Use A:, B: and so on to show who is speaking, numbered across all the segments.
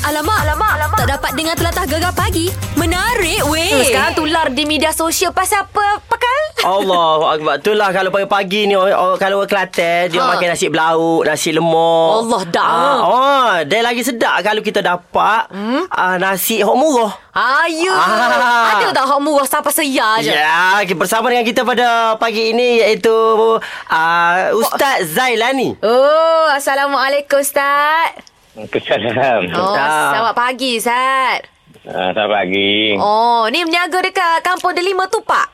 A: Alamak, alamak, alamak. Tak dapat dengar telatah gegar pagi. Menarik weh.
B: Hmm, sekarang tular di media sosial pasal apa pakal?
C: Allah Akbar Itulah kalau pagi-pagi ni orang, orang, Kalau orang Kelantan Dia
B: Ha.
C: ha. makan nasi belauk Nasi lemak
B: Allah, dah.
C: Ah, Oh Dia lagi sedap Kalau kita dapat hmm? uh, Nasi hok murah
B: Ayu.
C: Ah.
B: Ada tak hak murah siapa seya je?
C: Ya yeah, Bersama dengan kita pada pagi ini Iaitu uh, Ustaz Zailani
B: Oh, Assalamualaikum Ustaz.
D: Kesalam.
B: Oh,
C: Ustaz.
B: selamat pagi Ustaz.
D: Ah, selamat
C: Eh.
D: pagi. Oh.
B: Oh, ni berniaga dekat Kampung Delima tu Pak?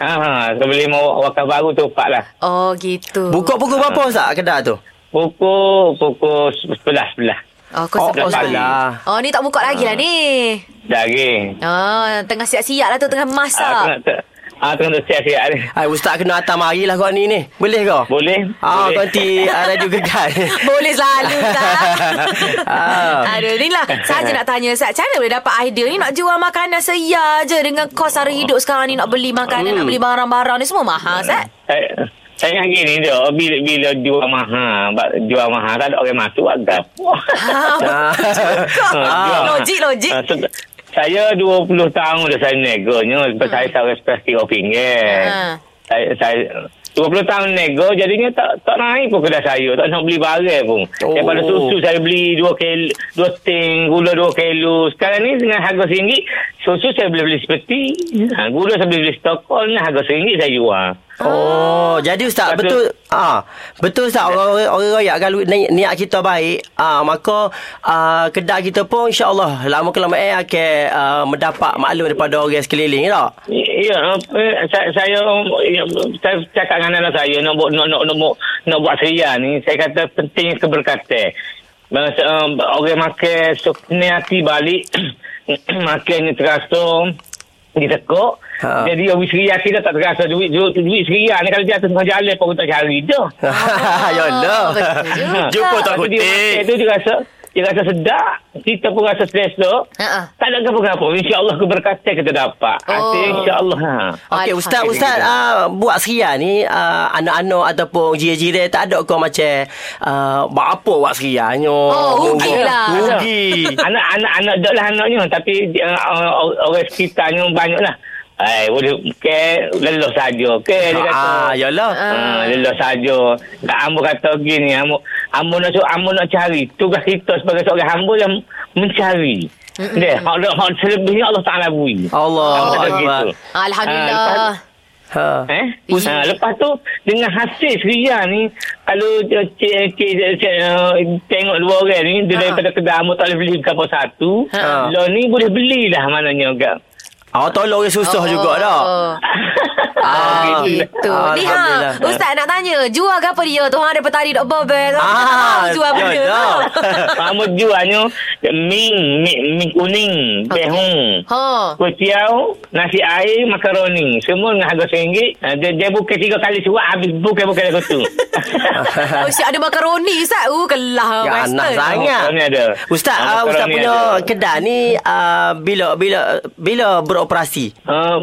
D: Ah, sebelum wakaf baru tu pak lah.
B: Oh, gitu.
C: Buka pukul berapa Ustaz kedai tu?
D: Pukul pukul sebelah sebelah.
B: Oh, kau
C: Oh, Ah.
B: sebut
D: tak
B: Ustaz.
C: salah.
B: Oh, ni tak buka lagi lah ni.
D: Daging.
B: Oh, tengah siap-siap lah tu, tengah
D: Ah, tengah
B: masak.
D: te- ah, tengah tu siap siap ni.
C: Hai, Ah, Ustaz kena hantar mari lah kau ni ni. Boleh kau?
D: Boleh?
C: Ah,
D: Boleh.
C: kau nanti ah, radio gegar.
B: Boleh selalu
C: Ah.
B: tak Aduh ni lah Saja nak tanya Ustaz Cara boleh dapat idea ni Nak jual makanan seya je Dengan kos sara hidup sekarang ni Nak beli makanan
C: Hmm.
B: Nak beli barang-barang ni Semua mahal Ustaz
D: Saya- Saya ingat Eh, gini tu, bila, bila jual mahal, bak- jual mahal, tak ada orang masuk, buat gapo.
B: Ah,
D: Ah,
B: Logik logik
D: Ah, se- saya 20 tahun dah saya neganya. Sebab saya saya stres RM3.
B: Hmm. Ah.
D: Saya, saya 20 tahun nego jadinya tak tak naik pun kedai saya. Tak nak beli barang pun.
C: Oh.
D: Oh. Daripada susu saya beli 2 kilo, 2 ting, gula 2 kilo. Sekarang ni dengan harga RM1, susu saya boleh beli seperti. Ha, gula saya boleh beli stokol ni harga RM1 saya jual.
C: Oh, jadi Ustaz
D: Ah. Kata-
C: betul ah betul Ustaz orang-orang orang royak kalau ni- niat kita baik, ah maka ah, kedai kita pun insya-Allah lama kelamaan akan ah, mendapat maklum daripada orang sekeliling eh, tak?
D: Ya, eh, saya, saya, ya, saya cakap dengan anak saya nak buat nak nak nak buat, nak buat seria ni. Saya kata pentingnya keberkatan. Masa, um, orang makan sukna hati balik makan ni terasa ditekuk.
C: Ha.
D: Ha. Jadi orang seria kita tak terasa duit duit, duit seria ni kalau dia atas tengah jalan pun tak cari dah.
C: ya Allah.
B: Ah, betul juga.
C: Jumpa tak
D: Lepas tu dia makan
C: kutip.
D: tu dia rasa dia rasa sedap. Kita pun rasa stres tu.
B: Ha-ha.
D: Tak ada apa-apa. InsyaAllah keberkatan kita dapat.
B: Oh.
D: Oh. InsyaAllah. Ha.
C: Okey ustaz
B: Alhamdulillah.
C: ustaz uh, buat seria ni uh, anak-anak ataupun jiran-jiran eh, tak ada kau macam uh, buat apa buat seria nyo.
B: Oh, rugi lah.
C: Rugi.
D: Anak-anak anak dah lah anaknya tapi uh, orang- orang sekitarnya banyaklah. Hai, boleh ke lelah saja. Ke dia kata.
C: Ah, yalah.
D: Ah, lelah saja. Tak ambo kata gini, ambo ambo nak su- ambo nak cari. Tugas kita sebagai seorang hamba yang mencari. Dia, hak dah- hak selebihnya Allah Taala beri.
C: Allah
D: Ambo kata
C: Akbar.
D: gitu. Ah,
B: Alhamdulillah
D: lepas-
C: Ha.
D: Eh?
B: Ih.
D: Ha, lepas tu dengan hasil seria ni kalau dia- cik, eh, cik, cik, uh, tengok dua orang ni dia
B: Ha.
D: daripada kedai amu tak boleh beli kapal satu
C: Ha.
D: lo ni boleh belilah mananya kak
C: Awak Ah, tolong orang susah juga dah.
B: Oh. Ah, gitu.
C: Ah,
B: Ni ha,
C: Alhamdulillah.
B: Ustaz nak tanya, jual ke apa dia? Tuhan ada petari dok bobek.
C: Ah,
B: jual benda.
C: ya, dah.
D: Amu jualnya ming, ming, ming kuning,
B: Okey.
D: behung,
B: Ha.
D: kuih tiaw, nasi air, makaroni. Semua dengan harga RM1. Ha, Dia, dia buka tiga kali surat, habis buka-buka lagu tu.
B: Oh, siap ada makaroni Ustaz. Uh, kelah
C: Ya,
B: Western.
C: anak sangat.
D: Makaroni ada.
C: Ustaz,
D: Ah,
C: ah, Ustaz
D: makaroni
C: punya
D: ada.
C: kedai ni ah, bila bila bila beroperasi?
D: Uh,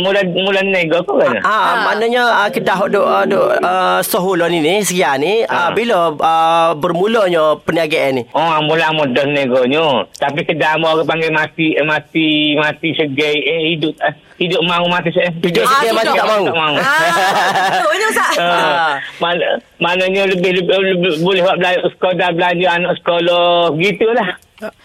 D: mula, mula nego kau kan?
C: Ah,
B: Ha.
C: maknanya ah, kedai hok dok ah, dok ah, Sohulo ni ni sekian ni ah,
D: Ah.
C: bila ah, bermulanya perniagaan ni?
D: Oh, mula-mula dah negonya. Tapi kedai mu orang panggil mati, eh, mati, mati segai, eh, hidup, eh, hidup mau mati segai.
C: Hidup segai, mati tak mau.
B: Ah, betulnya Ustaz.
D: Ah, mana, mananya lebih, lebih, lebih boleh buat belanja, sekolah belanja anak sekolah, gitulah.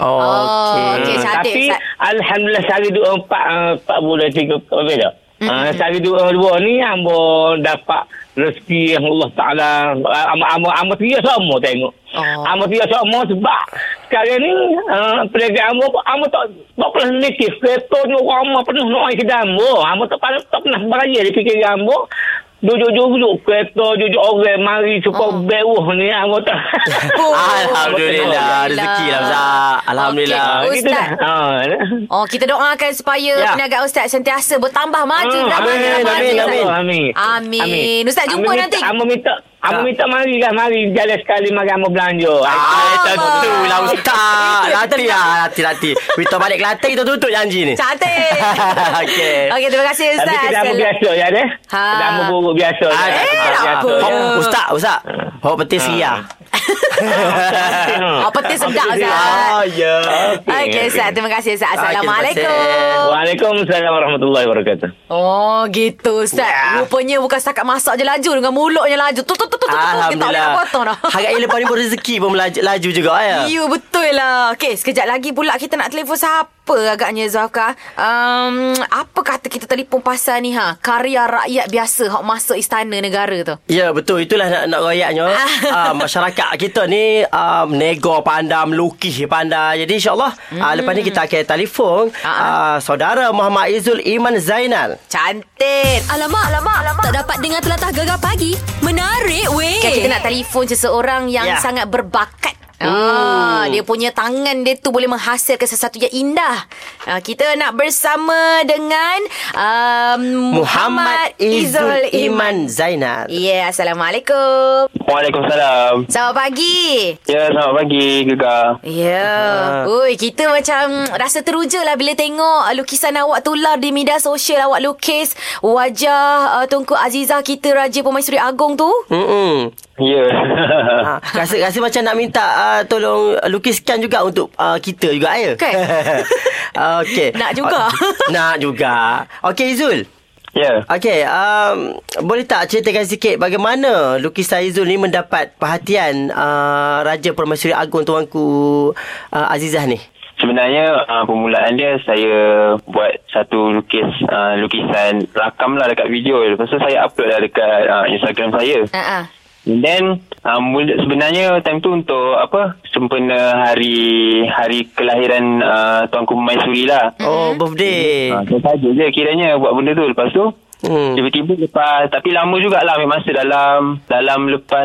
C: Oh, okey.
B: Okey, cantik,
D: Ah, Tapi,
B: Ustaz.
D: Alhamdulillah, sehari dua, empat, ah, empat bulan, tiga, apa beda? Ah, sehari dua, dua ni, ambo dapat rezeki yang Allah Ta'ala, ah, ambo, ambo, ambo tiga semua tengok.
B: Oh.
D: Ambo tiga semua sebab sekarang ni, ah, perniagaan ambo, ambo tak, tak pernah sedikit. Kereta ni orang ambo penuh nak air kedai ambo. Ambo tak, pernah- tak pernah beraya di fikiran ambo. Duduk-duduk kereta, duduk orang mari, suka
B: Oh.
D: beruh ni, ambo tak. Ah,
B: Oh.
C: Alhamdulillah rezeki lah Ustaz. Alhamdulillah.
B: Okey.
D: Gitu dah. Ah.
B: Oh, kita doakan supaya
C: Ya. Hmm,
B: perniagaan Ustaz sentiasa bertambah maju.
D: Ah,
B: bertambah
C: amin,
B: maju,
C: amin,
B: Ustaz.
C: amin.
D: Amin.
B: Amin. Ustaz, jumpa
D: Amin
B: nanti.
D: minta- Amin minta. Amin
B: Ah,
C: Tak.
D: minta mari lah. Mari jalan sekali mari amin belanja.
C: Ah, tentulah Ustaz.
B: Itu
C: Kelati Ah. lah Kelati Kelati Kita balik Kelati Kita tutup janji ni
B: Cantik.
C: Okey.
B: Okey, terima kasih Ustaz.
D: Tapi kedama biasa ya deh.
B: Ha.
D: Kedama buruk biasa.
C: Ah,
D: je.
B: Eh, tak
D: Tempat biasa
B: apa.
D: je.
C: Hok, Ustaz Ustaz Hok lah. petis ria
D: ha.
B: Oh, petis sedap Ustaz.
C: Ah ya
B: Okey, Ustaz. Terima kasih Ustaz.
C: Okey, terima
B: Assalamualaikum.
C: kasih.
D: Waalaikumsalam warahmatullahi wabarakatuh.
B: Oh gitu Ustaz yeah. Rupanya bukan setakat masak je laju Dengan mulutnya laju Tu tu tu tu tu, tu Kita tak boleh nak
C: Alhamdulillah
B: potong dah
C: Harap lepas ni pun rezeki pun melaju, laju juga ya
B: You betul lah Okay sekejap lagi pula Kita nak telefon siapa agaknya Zafka um, Apa kata kita telefon pasal ni ha Karya rakyat biasa Hak masuk istana negara tu
C: Ya betul itulah nak nak royaknya
B: Ah.
C: uh, masyarakat kita ni um, nego pandai melukis pandai jadi insyaallah mm. uh, lepas ni kita akan telefon
B: Hmm. Ah, ah.
C: uh, saudara Muhammad Izul Iman Zainal
B: Cantik
A: Alamak, alamak, alamak. Tak dapat dengar telatah gegar pagi. Menarik, weh.
B: Okay, kita nak telefon seseorang yang yeah.
C: Ya. Oh.
B: sangat berbakat. Ah, dia punya tangan dia tu boleh menghasilkan sesuatu yang indah. Ah, kita nak bersama dengan um,
C: Muhammad Izul Iman
B: Ya,
C: Zainal
B: yeah, Assalamualaikum.
D: Waalaikumsalam.
B: Selamat pagi.
D: Ya, selamat pagi Gegar.
B: Ya. Yeah. Oi, kita macam rasa teruja lah bila tengok uh, lukisan awak tular di media sosial awak lukis wajah uh, Tunku Aziza kita Raja Pemaisuri Agong tu.
C: Hmm.
D: Ya.
C: Ha, rasa rasa macam nak minta uh, tolong lukiskan juga untuk uh, kita juga ya.
B: Kan?
C: uh, Okey.
B: Nak juga.
C: nak juga. Okey Izul.
D: Ya.
C: Okey, um, boleh tak ceritakan sikit bagaimana lukisan Izul ni mendapat perhatian uh, Raja Permaisuri Agong Tuanku uh, Azizah ni?
E: Sebenarnya uh, permulaan dia saya buat satu lukis uh, lukisan rakam lah dekat video. Lepas tu saya upload lah dekat uh, Instagram saya.
B: Ha ah.
E: And then uh, mula, sebenarnya time tu untuk apa sempena hari hari kelahiran uh, Tuanku Maisuri lah.
B: Mm-hmm.
C: Oh, birthday.
E: Ha, saya
D: Mm-hmm.
E: saja je kiranya buat benda tu lepas tu
C: Hmm.
E: hmm. tiba-tiba lepas tapi lama jugalah memang masa dalam dalam lepas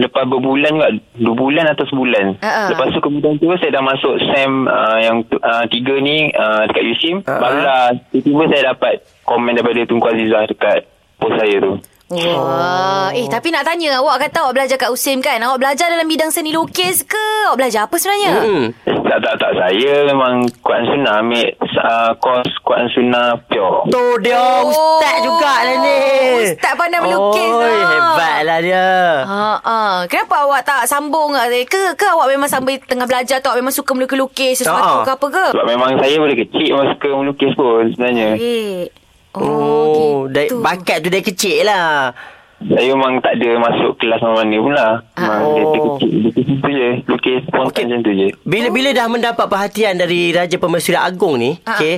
E: lepas berbulan juga dua bulan atau sebulan
B: Ah, ah.
E: lepas tu kemudian tu saya dah masuk SEM uh, yang tu- uh, tiga ni uh, dekat USIM
C: Ah, ah.
E: barulah tiba-tiba saya dapat komen daripada Tunku Azizah dekat post saya tu
B: Wah, eh tapi nak tanya awak kata awak belajar kat USIM kan? Awak belajar dalam bidang seni lukis ke? Awak belajar apa sebenarnya?
C: Hmm.
E: tak tak tak saya memang Kuan Sunnah ambil uh, kos Kuan Sunnah pure
C: Tu dia ustaz juga lah ni.
B: Oh. ustaz pandai melukis
C: Oi,
B: lah.
C: hebatlah dia.
B: Ha ah, kenapa awak tak sambung eh? ke ke awak memang sambil tengah belajar tu awak memang suka melukis-lukis sesuatu
C: Ah.
B: ke apa ke?
E: sebab memang saya dari kecil memang suka melukis pun sebenarnya
B: Eh. Oh,
C: Oh, dari,
B: gitu.
C: bakat tu dari kecil lah.
E: Saya memang tak ada masuk kelas mana-mana pula. Memang
C: Oh.
E: dia kecil, lukis tu je. Lukis spontan
C: Okey.
E: okay. macam tu je.
C: Bila-bila dah mendapat perhatian dari Raja Pemaisuri Agong ni,
B: Ha.
C: okey,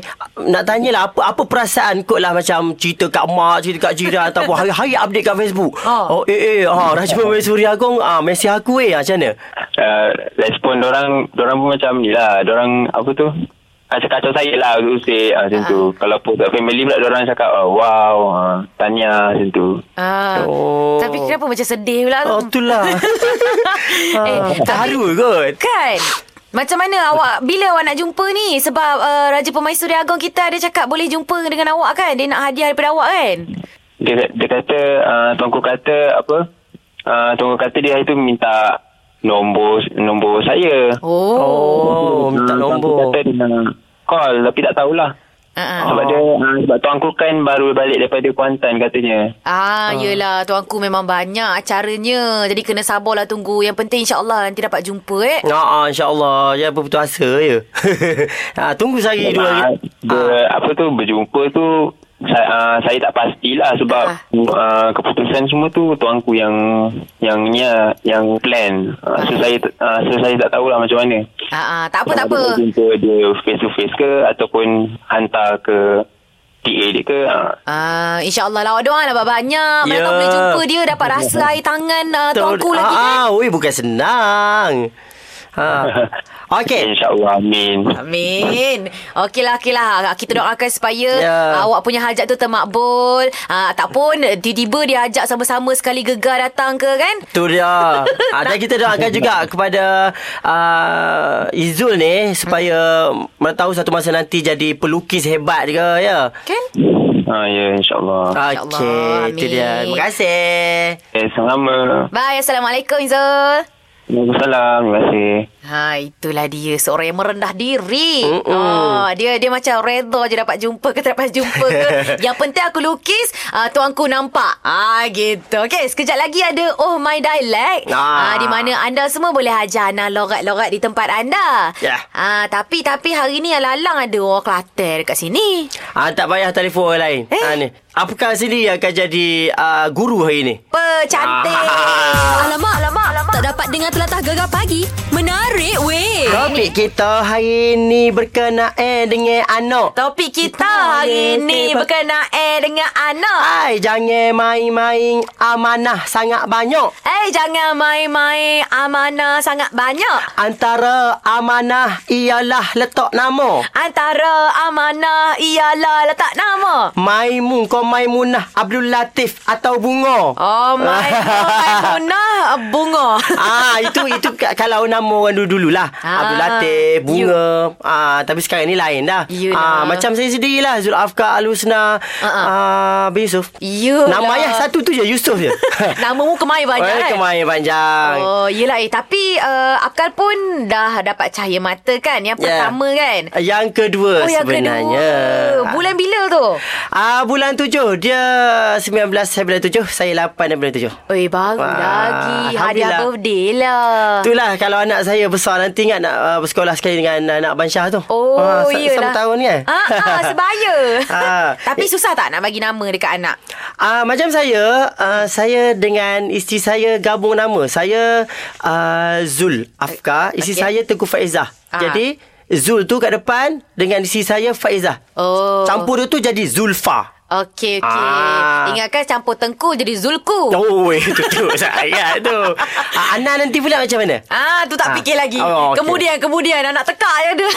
C: nak tanyalah apa apa perasaan kot lah macam cerita kat mak, cerita kat jiran ataupun hari-hari update kat Facebook.
B: Ha.
C: Oh, eh eh, ha, Raja Pemaisuri Agong ah mesej aku eh macam mana?
E: Uh, respon dorang, dorang pun macam ni lah. Dorang apa tu? Kacau-kacau saya lah untuk usik ah, macam tu. Kalau post kat family pula dorang cakap oh, wow, ah, tanya macam tu.
B: Ah.
C: Oh.
B: Tapi kenapa macam sedih pula
C: Oh,
B: tu?
C: itulah.
B: Eh,
C: eh,
B: tapi-
C: Haru kot.
B: Kan? Macam mana awak bila awak nak jumpa ni sebab uh, Raja Pemaisuri Agong kita ada cakap boleh jumpa dengan awak kan? Dia nak hadiah daripada awak kan?
E: Dia, dia kata, uh, tuanku kata apa? Uh, tuanku kata dia hari tu minta nombor nombor saya.
B: Oh.
C: Oh, minta
E: Ah,
C: nombor. Ah.
E: Tuanku kata dia nak call tapi tak tahulah.
B: Uh-uh.
E: Sebab dia uh, sebab tuanku kan baru balik daripada Kuantan katanya.
B: Ah, yelah tuanku memang banyak acaranya. Jadi kena sabarlah tunggu. Yang penting insya-Allah nanti dapat jumpa eh.
C: Ha ah, insya-Allah ya berputus asa ya. ha, tunggu sehari dua
E: Memang
C: hari. Ah.
E: dia, Ah, apa tu berjumpa tu saya, uh, saya tak pastilah sebab
B: Ah.
E: uh, keputusan semua tu tuanku yang yang ni ah, yang plan. Uh,
C: Ah.
E: so saya uh, so saya tak tahulah macam mana.
B: Ah, ah, tak apa tak apa.
E: Sama ada Jumpa dia face to face ke ataupun hantar ke TA dia ke. Uh,
B: Ah, insyaAllah lah awak doa lah banyak. Mana
C: Ya.
B: tahu boleh jumpa dia dapat rasa air tangan
C: Ha,
B: uh, tuanku lagi kan.
C: Ah, oi bukan senang. Ha. Okey.
B: Eh.
E: InsyaAllah amin.
B: Amin. lah, Okeylah, okeylah. Ah, Kita doakan supaya
C: Ya.
B: yeah. awak punya hajat tu termakbul. Ah, tak pun eh, tiba-tiba dia ajak sama-sama sekali gegar datang ke kan?
C: Tu dia. ha, dan kita doakan juga kepada uh, Izul ni supaya mana tahu satu masa nanti jadi pelukis hebat juga ya.
B: Kan?
E: Ah, ya insyaAllah.
B: InsyaAllah.
C: Okey, itu dia.
B: Amin.
C: Terima kasih.
E: Eh, sama.
B: Bye. Assalamualaikum Izul.
E: Waalaikumsalam. Terima kasih.
B: Ha itulah dia seorang yang merendah diri. Ha dia dia macam redha je dapat jumpa ke tak dapat jumpa ke. yang penting aku lukis, uh, tuanku nampak. Ah ha, gitu. Okey, sekejap lagi ada Oh My Dialect. Ah.
C: Ah.
B: di mana anda semua boleh ajar anak lorat-lorat di tempat anda.
C: Ya.
B: Ah tapi tapi hari ni alang-alang ada orang Kelantan dekat sini.
C: Ah, tak payah telefon orang lain.
B: Eh?
C: Eh? Ah, ni. Apakah sendiri yang akan jadi ah, guru hari ni?
B: Apa cantik.
C: Ah.
A: Alamak, alamak, alamak. Tak dapat dengar telatah gegar pagi. Menarik weh.
C: Topik kita hari ini berkenaan dengan anak.
B: Topik kita hari ni berkenaan dengan anak.
C: Ai, jangan main-main amanah sangat banyak.
B: Eh, jangan main-main amanah sangat banyak.
C: Antara amanah ialah letak nama.
B: Antara amanah ialah letak nama.
C: Maimun kau Maimunah Abdul Latif atau Bunga.
B: Oh, Maimunah, Maimunah bunga.
C: ah itu itu ka- kalau nama orang dulu dululah.
B: Ah,
C: Ah, Abdul Latif, Bunga. Ah tapi sekarang ni lain dah.
B: Yelah.
C: Ah macam saya sendirilah Zul Afka Al Husna.
B: ah.
C: Ah bin Yusuf.
B: Yelah.
C: Nama ayah satu tu je Yusuf je.
B: Nama mu kemain banyak
C: Orang
B: kan?
C: kemain panjang.
B: Oh, yelah eh. Tapi uh, Akal pun dah dapat cahaya mata kan? Yang
C: Ya.
B: pertama kan?
C: Yang kedua
B: Oh, yang
C: sebenarnya.
B: kedua. Bulan bila tu?
C: Ah bulan tujuh dia 19 saya bulan tujuh saya 8 dan bulan tujuh.
B: Eh, baru
C: Wah,
B: lagi. Hadiah
C: Alhamdulillah.
B: birthday lah.
C: Itulah kalau anak saya besar nanti ingat nak uh, bersekolah sekali dengan uh, anak Bansyah tu.
B: Oh,
C: Ah, sa-
B: yelah.
C: Sama tahun kan?
B: Ah, ah sebaya.
C: Ah.
B: Tapi susah tak nak bagi nama dekat anak?
C: Ah, macam saya, uh, saya dengan isteri saya gabung nama. Saya uh, Zul Afka, isteri
B: Okey.
C: saya Tengku Faizah.
B: Ah.
C: Jadi Zul tu kat depan dengan isteri saya Faizah.
B: Oh.
C: Campur dia tu jadi Zulfa.
B: Okey, okey.
C: Ah.
B: Ingatkan campur tengku jadi zulku.
C: Oh, itu tu saya tu. Ah, Ana nanti pula macam mana?
B: Ah, tu tak
C: Ah.
B: fikir lagi.
C: Oh, okey.
B: Kemudian, kemudian anak tekak je dia.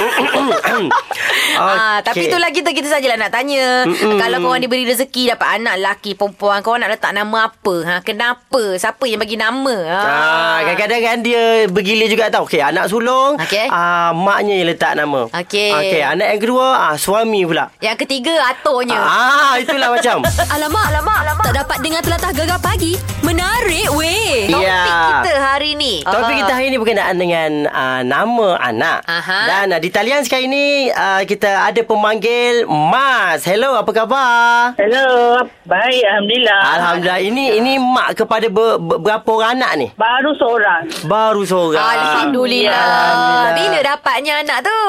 B: ah, tapi
C: Okey.
B: itulah kita kita sajalah nak tanya. Mm-mm. Kalau korang diberi rezeki dapat anak lelaki perempuan, korang nak letak nama apa? Ha, kenapa? Siapa yang bagi nama? Ha.
C: Ah, kadang-kadang kan dia bergila juga tau. Okey, anak sulung,
B: Okey.
C: ah, maknya yang letak nama.
B: Okey.
C: Okey, anak yang kedua, ah, suami pula.
B: Yang ketiga atuknya.
C: Ah, itulah macam.
A: Alamak, alamak, alamak. Tak dapat dengar telatah gegar pagi. Menarik weh.
B: Topik
C: Ya.
B: kita hari ni.
C: Topik
B: Ah.
C: kita hari ini berkenaan dengan uh, nama anak.
B: Aha.
C: Dan uh, di talian sekarang ini uh, kita ada pemanggil Mas. Hello, apa khabar?
F: Hello, baik Alhamdulillah.
G: Ah.
C: Alhamdulillah. Ini ini mak kepada ber, ber, berapa orang anak ni?
F: Baru seorang.
C: Baru seorang.
B: Ah. Alhamdulillah.
C: Alhamdulillah.
B: Bila dapatnya anak tu?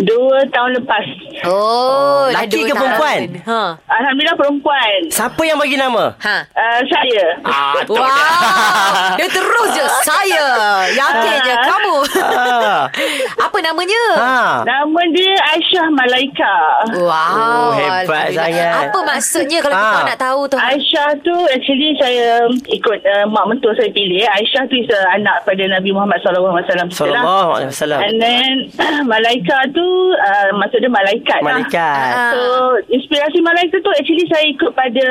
F: Dua tahun lepas.
B: Oh, dah
C: laki
B: dua
C: ke
B: tahun.
C: perempuan?
B: Ha.
F: Alhamdulillah perempuan.
C: Siapa yang bagi nama?
B: Ha.
F: Uh, saya.
C: Ah, tu
B: Wow.
C: dah.
B: Dia terus je saya. Yakin je kamu.
C: Ah.
B: Apa namanya?
C: Ha.
F: Nama dia Aisyah Malaika.
B: Wow.
C: Oh, hebat
B: Alhamdulillah.
C: sangat.
B: Apa maksudnya kalau
C: Ah.
B: kita nak tahu tu?
F: Aisyah tu actually saya ikut uh, mak mentua saya pilih. Aisyah tu is a anak pada Nabi Muhammad sallallahu alaihi wasallam. kita lah.
C: Sallallahu alaihi wasallam.
F: And then Malaika tu uh, maksud dia malaikat,
C: Malaikat.
F: lah. So inspirasi Malaika tu actually saya ikut pada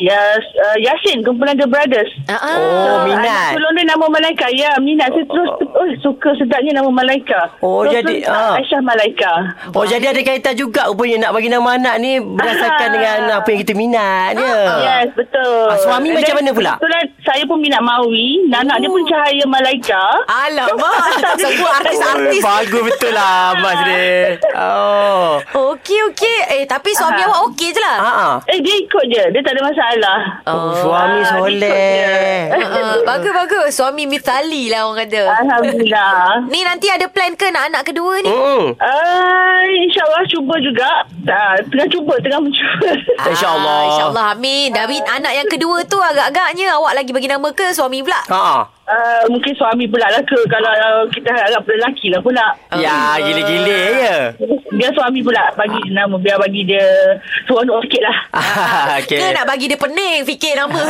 F: Yas, uh, Yasin kumpulan The Brothers.
B: Ah, ah.
C: Oh,
F: Ah,
C: minat.
F: Anak sulung dia nama Malaika. Ya, minat. Saya terus oh, suka sedapnya nama Malaika.
C: Oh,
F: terus
C: jadi,
F: terus,
C: ah.
F: Aisyah Malaika.
C: Oh, jadi ada kaitan juga rupanya nak bagi nama anak ni berdasarkan
F: Ah.
C: dengan apa yang kita minat dia.
F: Yes, betul.
C: Ah, suami
F: And
C: macam
F: then,
C: mana pula? Oh.
F: Kebetulan saya pun minat Mawi. Anak dia pun Cahaya Malaika.
C: Ah.
B: Alamak.
F: Tak ada-
B: Semua artis-artis.
C: Bagus betul lah Mas dia. Oh.
B: Okey, okey. Eh, tapi suami
F: Ah.
B: awak okey je lah.
C: Ha ah.
F: Eh, dia ikut je. Dia tak ada masalah.
C: Oh, suami
F: Ah,
C: soleh.
F: ikut
B: Ah, ah. bagus, bagus. Suami mithali lah orang kata.
F: Alhamdulillah.
B: Ni nanti ada plan ke nak anak kedua ni?
C: Hmm.
F: Uh, InsyaAllah cuba juga Ah, Tengah cuba Tengah mencuba
C: Oh, InsyaAllah.
B: Ah, InsyaAllah amin. Dari anak yang kedua tu agak-agaknya awak lagi bagi nama ke suami pula?
C: Ha ah.
F: uh, Mungkin suami pula lah ke Kalau uh, kita harap lelaki lah pula
C: Ya, gila-gila ya.
F: Biar suami pula bagi dia nama Biar bagi dia seronok sikit lah
C: Okey. Oh,
B: Ke nak bagi dia pening fikir nama.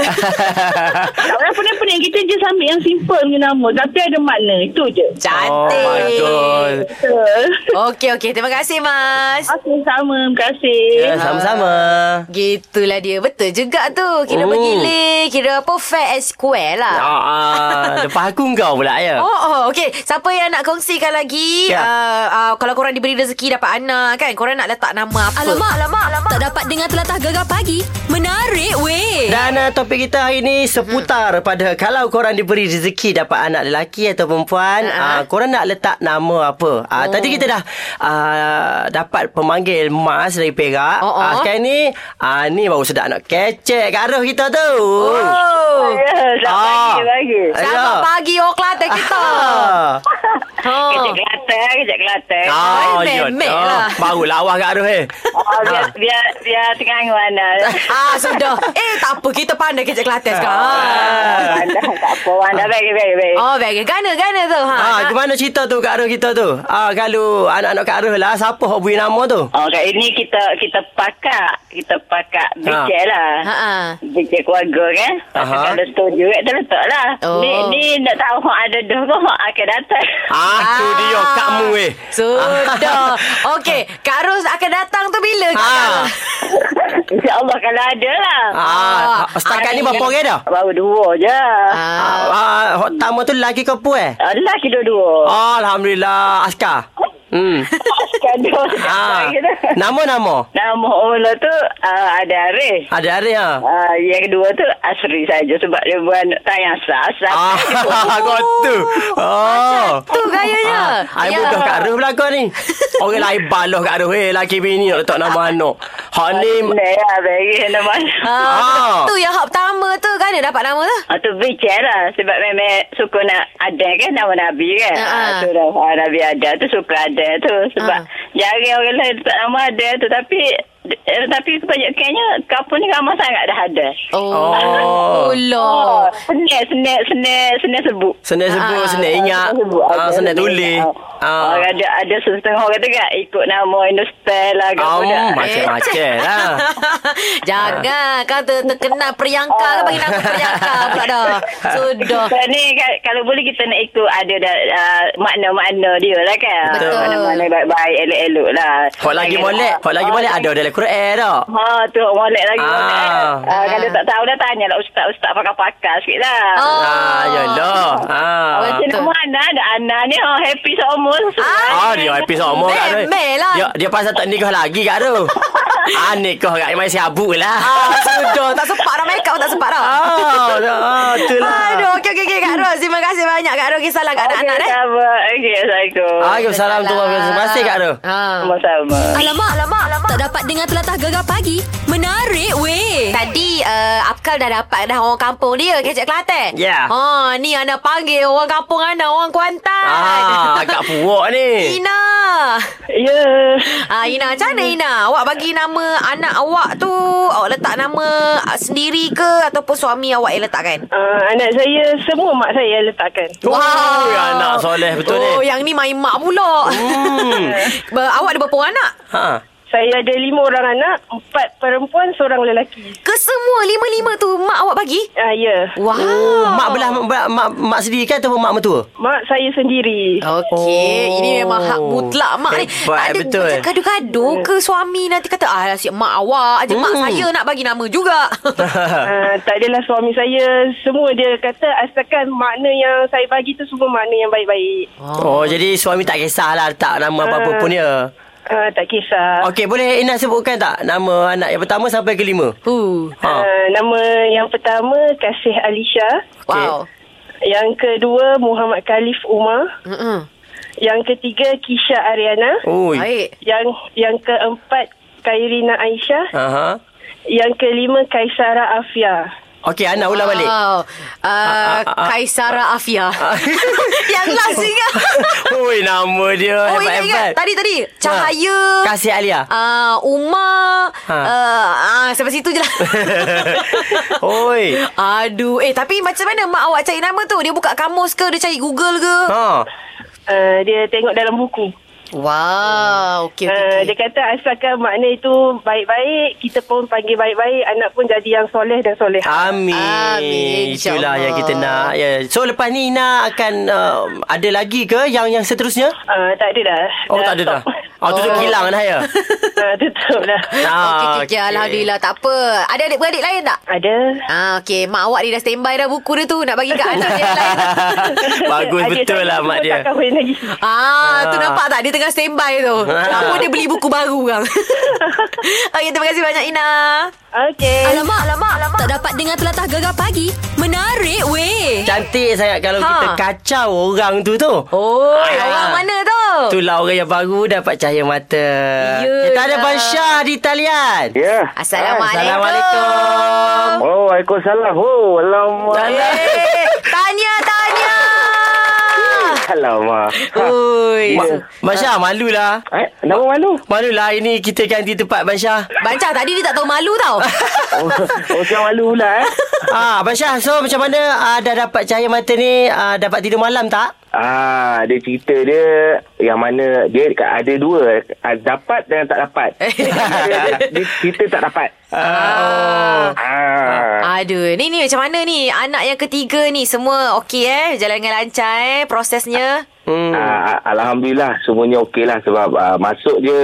F: Tak payah pening-pening Kita je ambil yang simple punya nama Tapi ada makna Itu je
B: Cantik.
C: Oh, betul.
G: Betul.
B: Okey, okey. Terima kasih, Mas.
G: Okey, sama. Terima kasih.
C: Ya, sama-sama.
B: Gitulah dia. Betul juga tu. Kira
C: Hmm.
B: bergilir. Kira apa? Fair and square lah.
C: Ah, ah, lepas aku kau pula ya.
B: Oh, oh okey. Siapa yang nak kongsikan lagi
C: Ya.
B: yeah. uh, uh, kalau korang diberi rezeki dapat anak kan, korang nak letak nama apa?
A: Alamak, alamak, alamak. Tak dapat dengar telatah gegar pagi. Menarik weh.
C: Dan uh, topik kita hari ni seputar hmm. pada kalau korang diberi rezeki dapat anak lelaki atau perempuan,
B: Ha-ha.
C: uh-huh. uh, korang nak letak nama apa? Uh, oh. Tadi kita dah uh, dapat pemanggil Mas dari Perak.
B: Oh, oh.
C: Uh, sekarang ni, uh, ni baru sedap nak kecek kat arah kita tu.
B: Oh.
G: Ya, selamat
C: Ah.
G: pagi lagi.
C: Ya.
B: Selamat pagi orang Kelantan kita. Oh.
G: Kejap
B: Ha.
G: Kelantan, kejap Kelantan.
C: Ah,
B: Baik,
C: ya.
B: memek
C: Ah,
B: lah.
C: Baru lawa kat arah eh.
G: Oh, biar, biar, biar tengah angin panas.
B: Ah, sudah. Eh, tak apa. Kita pandai kerja Kelantan
G: Ah,
B: sekarang.
G: panas, tak apa. Panas, baik, baik, baik.
B: Oh, baik. Gana-gana tu. Ha.
C: Ah,
B: Nak-
C: gimana cerita tu kat arah kita tu? Ah, kalau anak-anak kat arah lah, siapa hok beri nama tu?
G: Oh, kat ini kita kita pakak, kita pakak
C: Ah.
G: becek lah.
B: Ha, ha.
G: Becek keluarga kan.
C: Aha.
G: Kalau setuju kan, tak letak lah.
B: Oh.
G: Ni, ni nak tahu hak ada dah ke hak akan datang.
C: Ah, tu dia kamu eh.
B: Sudah. Okey, Kak Ros akan datang tu bila Kak?
C: Ah.
G: InsyaAllah kalau ada lah.
C: Ah,
B: Ah,
C: setakat ni
B: hari
C: berapa
B: ni.
C: orang dah?
G: Baru dua je.
B: Ah.
C: Ah, ah, hok tamu tu lelaki ke puan?
G: Ah, Lelaki
C: Oh.
G: dua-dua.
C: Alhamdulillah, askar. Hmm.
G: Kan dua.
C: Ah. Nama-nama.
G: Nama mula tu uh, ada Arif.
C: Ada hari ha.
G: Uh, yang kedua tu Asri saja sebab dia bukan tayang sah. sah.
C: Ah, kau tu. Oh.
B: Tu gayanya.
C: Ai mudah kat Arif belakang ni. Orang lain balah kat Arif. Eh, lelaki bini nak letak nama anak. Hak ni
G: Ni lah bagi nama.
B: Ah,
C: Ah.
B: Tu yang hak pertama tu kan dia dapat nama tu.
G: Ah, tu bicara lah sebab memang suka nak ada kan nama Nabi kan.
B: Ah,
G: Ah,
B: ah.
G: tu dah ah, Nabi ada tu suka ada tu sebab
B: Ah.
G: jarang orang lain tak nama ada tu tapi eh, tapi kebanyakannya kapun ni ramai sangat dah ada.
B: Oh.
C: Oh.
B: Ulo.
G: senek senek senek senek sebut.
C: Senang sebut,
B: Ah,
C: senang ingat.
G: Senang sebut.
C: Ah,
G: Ada,
C: senang
G: senang
C: tulis.
G: ingat.
C: Ah.
G: Orang ada ada setengah orang kata kan ikut nama Hindustan lah kat
C: Oh,
G: budak.
C: macam-macam lah.
B: Jangan kau ter- terkenal Priyanka ke bagi nama Priyanka pula dah. Sudah.
G: Kita ni ka- kalau boleh kita nak ikut ada dah, uh, makna-makna dia lah kan.
B: Betul.
G: Makna-makna baik-baik, elok-elok lah.
C: Hok lagi molek, hok lagi molek ada dalam Quran dah.
G: Ha tu molek lagi
C: Ah.
G: molek. Ah, kalau tak tahu dah tanya lah ustaz-ustaz pakar-pakar sikit lah.
B: Oh.
C: Ah, yalah. Ah.
G: Macam
B: betul.
G: mana mana ada anak ni oh, happy seumur.
C: Ah, dia happy sama kat tu.
B: Memel lah.
C: Dia, dia pasal tak nikah lagi kat tu. ah, nikah kat main sabuk lah.
B: Ah, sudah. Tak sepak dah make up tak sepak dah.
C: Ah, dah, ah, tu lah.
B: Aduh, okey okey okey Kak Ros. Terima kasih banyak Kak Ros kisah lah kat anak-anak eh.
G: Okey, Assalamualaikum.
C: Waalaikumsalam tu. Terima kasih kat tu.
B: Ha.
G: Sama-sama.
A: Alamak, alamak, alamak. Tak dapat dengar telatah gegar pagi. Menarik weh.
B: Tadi uh, Apkal dah dapat dah orang kampung dia Kecik Kelantan
C: Ya.
B: ha, Ni Ana panggil orang kampung Ana Orang Kuantan
C: Ah, kat puak ni.
B: Ina
G: Ya.
B: Ah, Ina, macam mana Ina? Awak bagi nama anak awak tu Awak letak nama ah, sendiri ke Ataupun suami awak yang letakkan?
G: Uh, anak saya semua mak saya letakkan.
C: Wah, ya, anak soleh betul
B: oh,
C: ni.
B: yang ni main mak pula hmm. Awak ada berapa orang anak?
C: Ha.
G: Saya ada lima orang anak, empat perempuan, seorang lelaki.
B: Kesemua lima-lima tu mak awak bagi?
G: Ah ya.
B: Wow
C: Oh, mak belah mak, mak, mak sendiri kan ataupun mak mertua?
G: Mak saya sendiri.
B: Okey,
C: Oh.
B: ini memang hak mutlak mak ni.
C: Hebat,
B: tak ada
C: betul.
B: macam gaduh-gaduh ke suami nanti kata, ah asyik mak awak aje, mak
C: Hmm.
B: saya nak bagi nama juga.
G: Uh, tak adalah suami saya Semua dia kata Asalkan makna yang saya bagi tu Semua makna yang baik-baik
C: oh, jadi suami tak kisahlah letak nama apa-apa pun dia.
G: uh, Tak kisah
C: Okey, boleh Ina sebutkan tak nama anak yang pertama sampai kelima?
B: Huh.
C: Ha.
G: uh, Nama yang pertama Kasih Alisha
B: Wow.
G: Yang kedua Muhammad Khalif Umar
B: Mm-mm.
G: Yang ketiga Kisha Ariana
C: Ui.
B: Baik.
G: Yang yang keempat Kairina Aisyah
C: Aha.
G: Yang kelima Kaisara Afia
C: Okey, anak ulang balik.
B: Wow. Uh,
C: ah, ah.
B: Kaisara Afia. Yang last ingat.
C: Ui, nama dia
B: Oh ingat ingat
C: hebat-hebat.
B: Tadi tadi Cahaya
C: Ha. Kasih Alia.
B: Ah, Umar ha.
C: Ha.
B: uh, ah, Sampai situ je lah
C: Oi.
B: Aduh Eh tapi macam mana Mak awak cari nama tu Dia buka kamus ke Dia cari Google ke
C: Ha.
G: uh, Dia Ah, tengok dalam buku
B: Wow, okey okey.
G: Eh,
F: Uh,
B: Okay.
F: dia kata asalkan makna itu baik-baik, kita pun panggil baik-baik, anak pun jadi yang soleh dan soleh.
C: Amin.
B: Amin,
C: Itulah
B: insyaAllah.
C: yang kita nak. Ya. So lepas ni Ina akan uh, ada lagi ke yang yang seterusnya?
F: Uh, tak ada dah.
C: Oh tak ada dah.
F: stop.
C: Oh
B: Oh.
C: tutup kilang dah ya.
F: uh, tutup dah.
B: Okey okey
C: Ah,
B: okey. Alhamdulillah tak apa. Ada adik-beradik lain tak?
F: Ada.
B: Ah okey, mak awak ni dah standby dah buku dia tu nak bagi kat anak dia yang lain.
C: lah. Bagus
F: Adik
C: betul
F: saya
C: lah
F: pun
C: mak
F: tak
C: dia.
F: kahwin lagi.
B: Ah, tu
C: Ah.
B: nampak tak? Dia tengah standby tu.
C: Ah.
B: Apa dia beli buku baru kan? Okey, terima kasih banyak Ina. Eh,
F: Okay.
A: Alamak, alamak, alamak. Tak dapat dengar telatah gegar pagi. Menarik weh.
C: Cantik sangat kalau
B: Ha.
C: ha. kita kacau orang tu tu.
B: Oh,
C: Ah.
B: orang mana tu?
C: Itulah orang yang baru dapat cahaya mata.
B: Yelah.
C: Kita ada Abang Syah di talian.
H: Ya.
B: Assalamualaikum.
C: Assalamualaikum.
H: Oh, Waalaikumsalam. Oh, alamak.
B: Eh, tanya, tanya.
H: Alamak.
B: Ui.
C: Ma- Abang Syah, malulah.
H: Eh, nama malu?
C: Malulah ini kita ganti tempat Abang Syah.
B: Bancah tadi dia tak tahu malu tau.
H: Oh, oh sekarang malu pula eh.
C: Ah, Abang Syah, so macam mana ah, dah dapat cahaya mata ni? Ah, dapat tidur malam tak?
H: Ah, dia cerita dia yang mana dia dekat- ada dua, Ah, dapat dan tak dapat. dia, dia, dia cerita tak dapat.
B: Ah.
H: Ah.
B: Aduh, ni ni macam mana ni? Anak yang ketiga ni semua okey eh? Jalan dengan lancar eh prosesnya?
H: Hmm. Uh, Alhamdulillah semuanya okey lah sebab uh, masuk je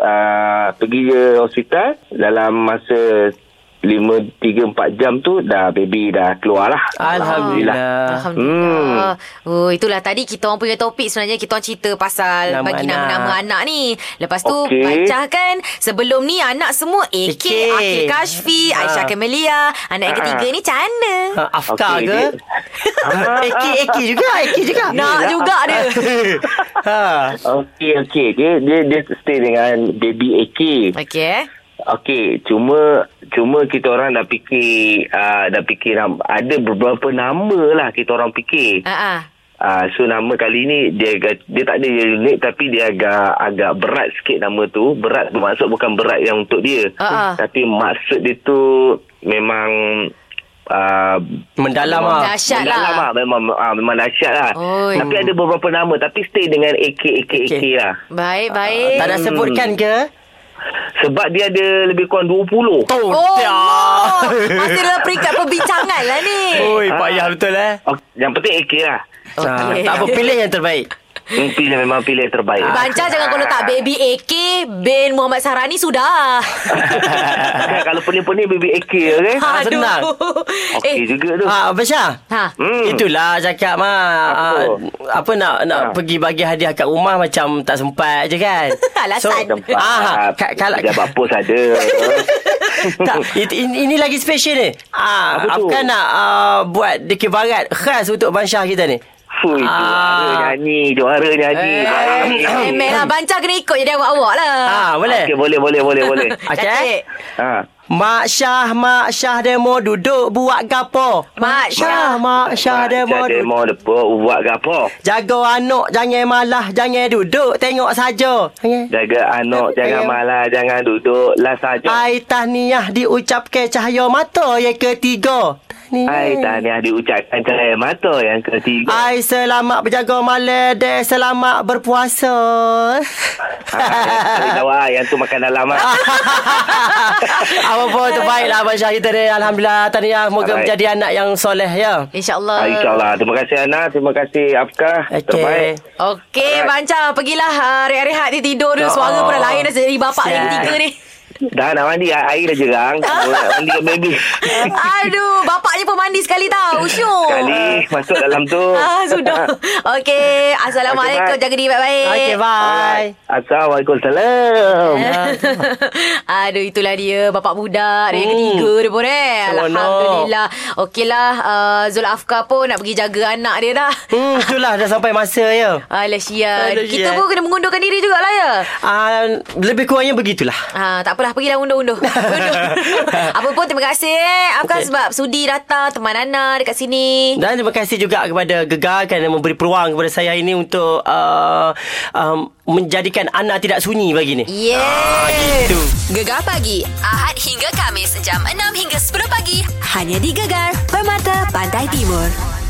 H: uh, pergi je hospital dalam masa 5 3 4 jam tu dah baby dah keluar lah.
C: Alhamdulillah.
B: Alhamdulillah. Hmm. Oh, itulah tadi kita orang punya topik sebenarnya kita orang cerita pasal
C: Nama
B: nama bagi
C: anak.
B: nama-nama anak ni. Lepas tu okay.
H: Okey.
B: Bancah kan sebelum ni anak semua AK,
C: AK.
B: AK. Akil Kashfi,
C: Ha.
B: Aisyah Kamelia. Anak yang ketiga ni macam mana?
C: Ah, Afka
H: Okey,
C: ke?
H: dia-
C: Eki, Eki juga, Eki juga.
B: Nak juga dia.
C: ha.
H: Okey okey dia dia dia stay dengan baby AK.
B: Okey eh.
H: Okey cuma cuma kita orang dah fikir uh, dah fikir nam- ada beberapa nama lah kita orang fikir.
B: Ha ah.
H: Ah so nama kali ni dia agak- dia tak ada yang unik tapi dia agak agak berat sikit nama tu. Berat bermaksud bukan berat yang untuk dia.
B: Ah, ah.
H: Tapi maksud dia tu memang uh,
C: Mendalam
H: memang-
C: ah.
B: Dahsyat lah.
H: mendalam Memang ah, memang dahsyat lah.
B: Oi.
H: Tapi ada beberapa nama tapi stay dengan AK AK AK,
C: Okey.
H: lah.
B: Baik, baik.
C: Ah, Tak nak sebutkan ke?
H: Sebab dia ada lebih kurang 20.
C: Tuh.
B: Oh, Allah. Masih dalam peringkat perbincangan lah ni.
C: Oi, payah betul eh.
H: Oh, yang penting AK lah.
B: Oh.
C: Ah, tak apa, pilih yang terbaik.
H: Hmm, Pilih memang pilih yang terbaik.
B: Bancah Eh, jangan kalau tak baby AK bin Muhammad Sarani sudah.
H: Kan, kalau pening-pening baby AK okay?
C: Ha. Ah, senang.
H: Okey
B: Eh,
H: juga tu.
C: Ha, Abang Syah.
B: ha.
H: Hmm.
C: Itulah cakap mah apa,
H: Apa?
C: apa nak nak
H: Ha.
C: pergi bagi hadiah kat rumah macam tak sempat je kan.
B: Alasan.
H: Tempat.
C: ah ka- kalau
H: Pejabat pos ada.
C: tak it- ini, ini lagi special ni. Ah
H: Apa tu?
C: apa nak ah, buat dikir barat khas untuk Bang Syah kita ni.
H: Fui, juara
C: Ah.
H: nyanyi, juara nyanyi.
B: Eh, Mel lah. Bancah kena ikut jadi awak-awak lah.
C: Ah boleh.
H: Okey, boleh, boleh, boleh, boleh.
B: Cantik.
C: Okey.
H: ha.
C: Mak Syah, Mak Syah demo duduk buat gapo.
B: Mak Syah.
C: Mak Syah demo
H: Ada
C: duduk.
H: mau lepas buat ke apa?
C: Jaga anak jangan malah jangan duduk tengok saja. Okey.
H: Jaga anak, jangan
C: Ayam.
H: malah, jangan duduk. Lah saja.
C: Ai tahniah diucapkan cahaya mata yang ketiga.
H: Hai, tahniah diucapkan cahaya mata yang ketiga.
C: Ai selamat berjaga malam dan selamat berpuasa.
H: Ha, Tawa yang tu makan dalam ah.
C: Apa pun terbaiklah Abang Syah kita ni. Alhamdulillah. Tahniah. Semoga
H: Alright.
C: menjadi anak yang soleh ya.
B: InsyaAllah.
H: Ah, InsyaAllah. Terima kasih Ana. Terima kasih Afkah.
C: Okey.
B: Okey, Bancah. Pergilah uh, rehat-rehat dia tidur dulu. Suara
C: Oh.
B: pun dah lain dah jadi bapak yang
C: Sial.
B: ketiga ni.
H: Dah nak mandi. a- Air dah jerang. mandi kat baby.
B: Aduh, bapaknya pun mandi sekali tau. Usyuk.
H: Sekali masuk dalam tu.
B: Ah, sudah. Okey. Assalamualaikum.
H: Okey, bye.
B: Jaga diri baik-baik.
C: Okey, bye.
H: Assalamualaikum. Salam.
B: Aduh itulah dia Bapak budak Dia yang
C: Hmm.
B: ketiga dia pun eh
C: Seronok.
B: Alhamdulillah Okeylah uh, Zul Afka pun Nak pergi jaga anak dia dah
C: Hmm, itulah dah sampai masa ya.
B: Alah Syian
C: Alah,
B: Kita
C: Syian.
B: pun kena mengundurkan diri jugalah ya
C: Uh, lebih kurangnya begitulah.
B: Ha, tak apalah pergilah undur-undur. undur. Apa pun terima kasih eh. Afkan
C: Okey.
B: sebab sudi datang teman Ana dekat sini.
C: Dan terima kasih juga kepada Gegar kerana memberi peluang kepada saya ini untuk uh, um, menjadikan anak tidak sunyi bagi ni. Ah,
B: Yeah.
C: Itu.
A: Gegar pagi Ahad hingga Kamis jam 6 hingga 10 pagi hanya di Gegar Permata Pantai Timur.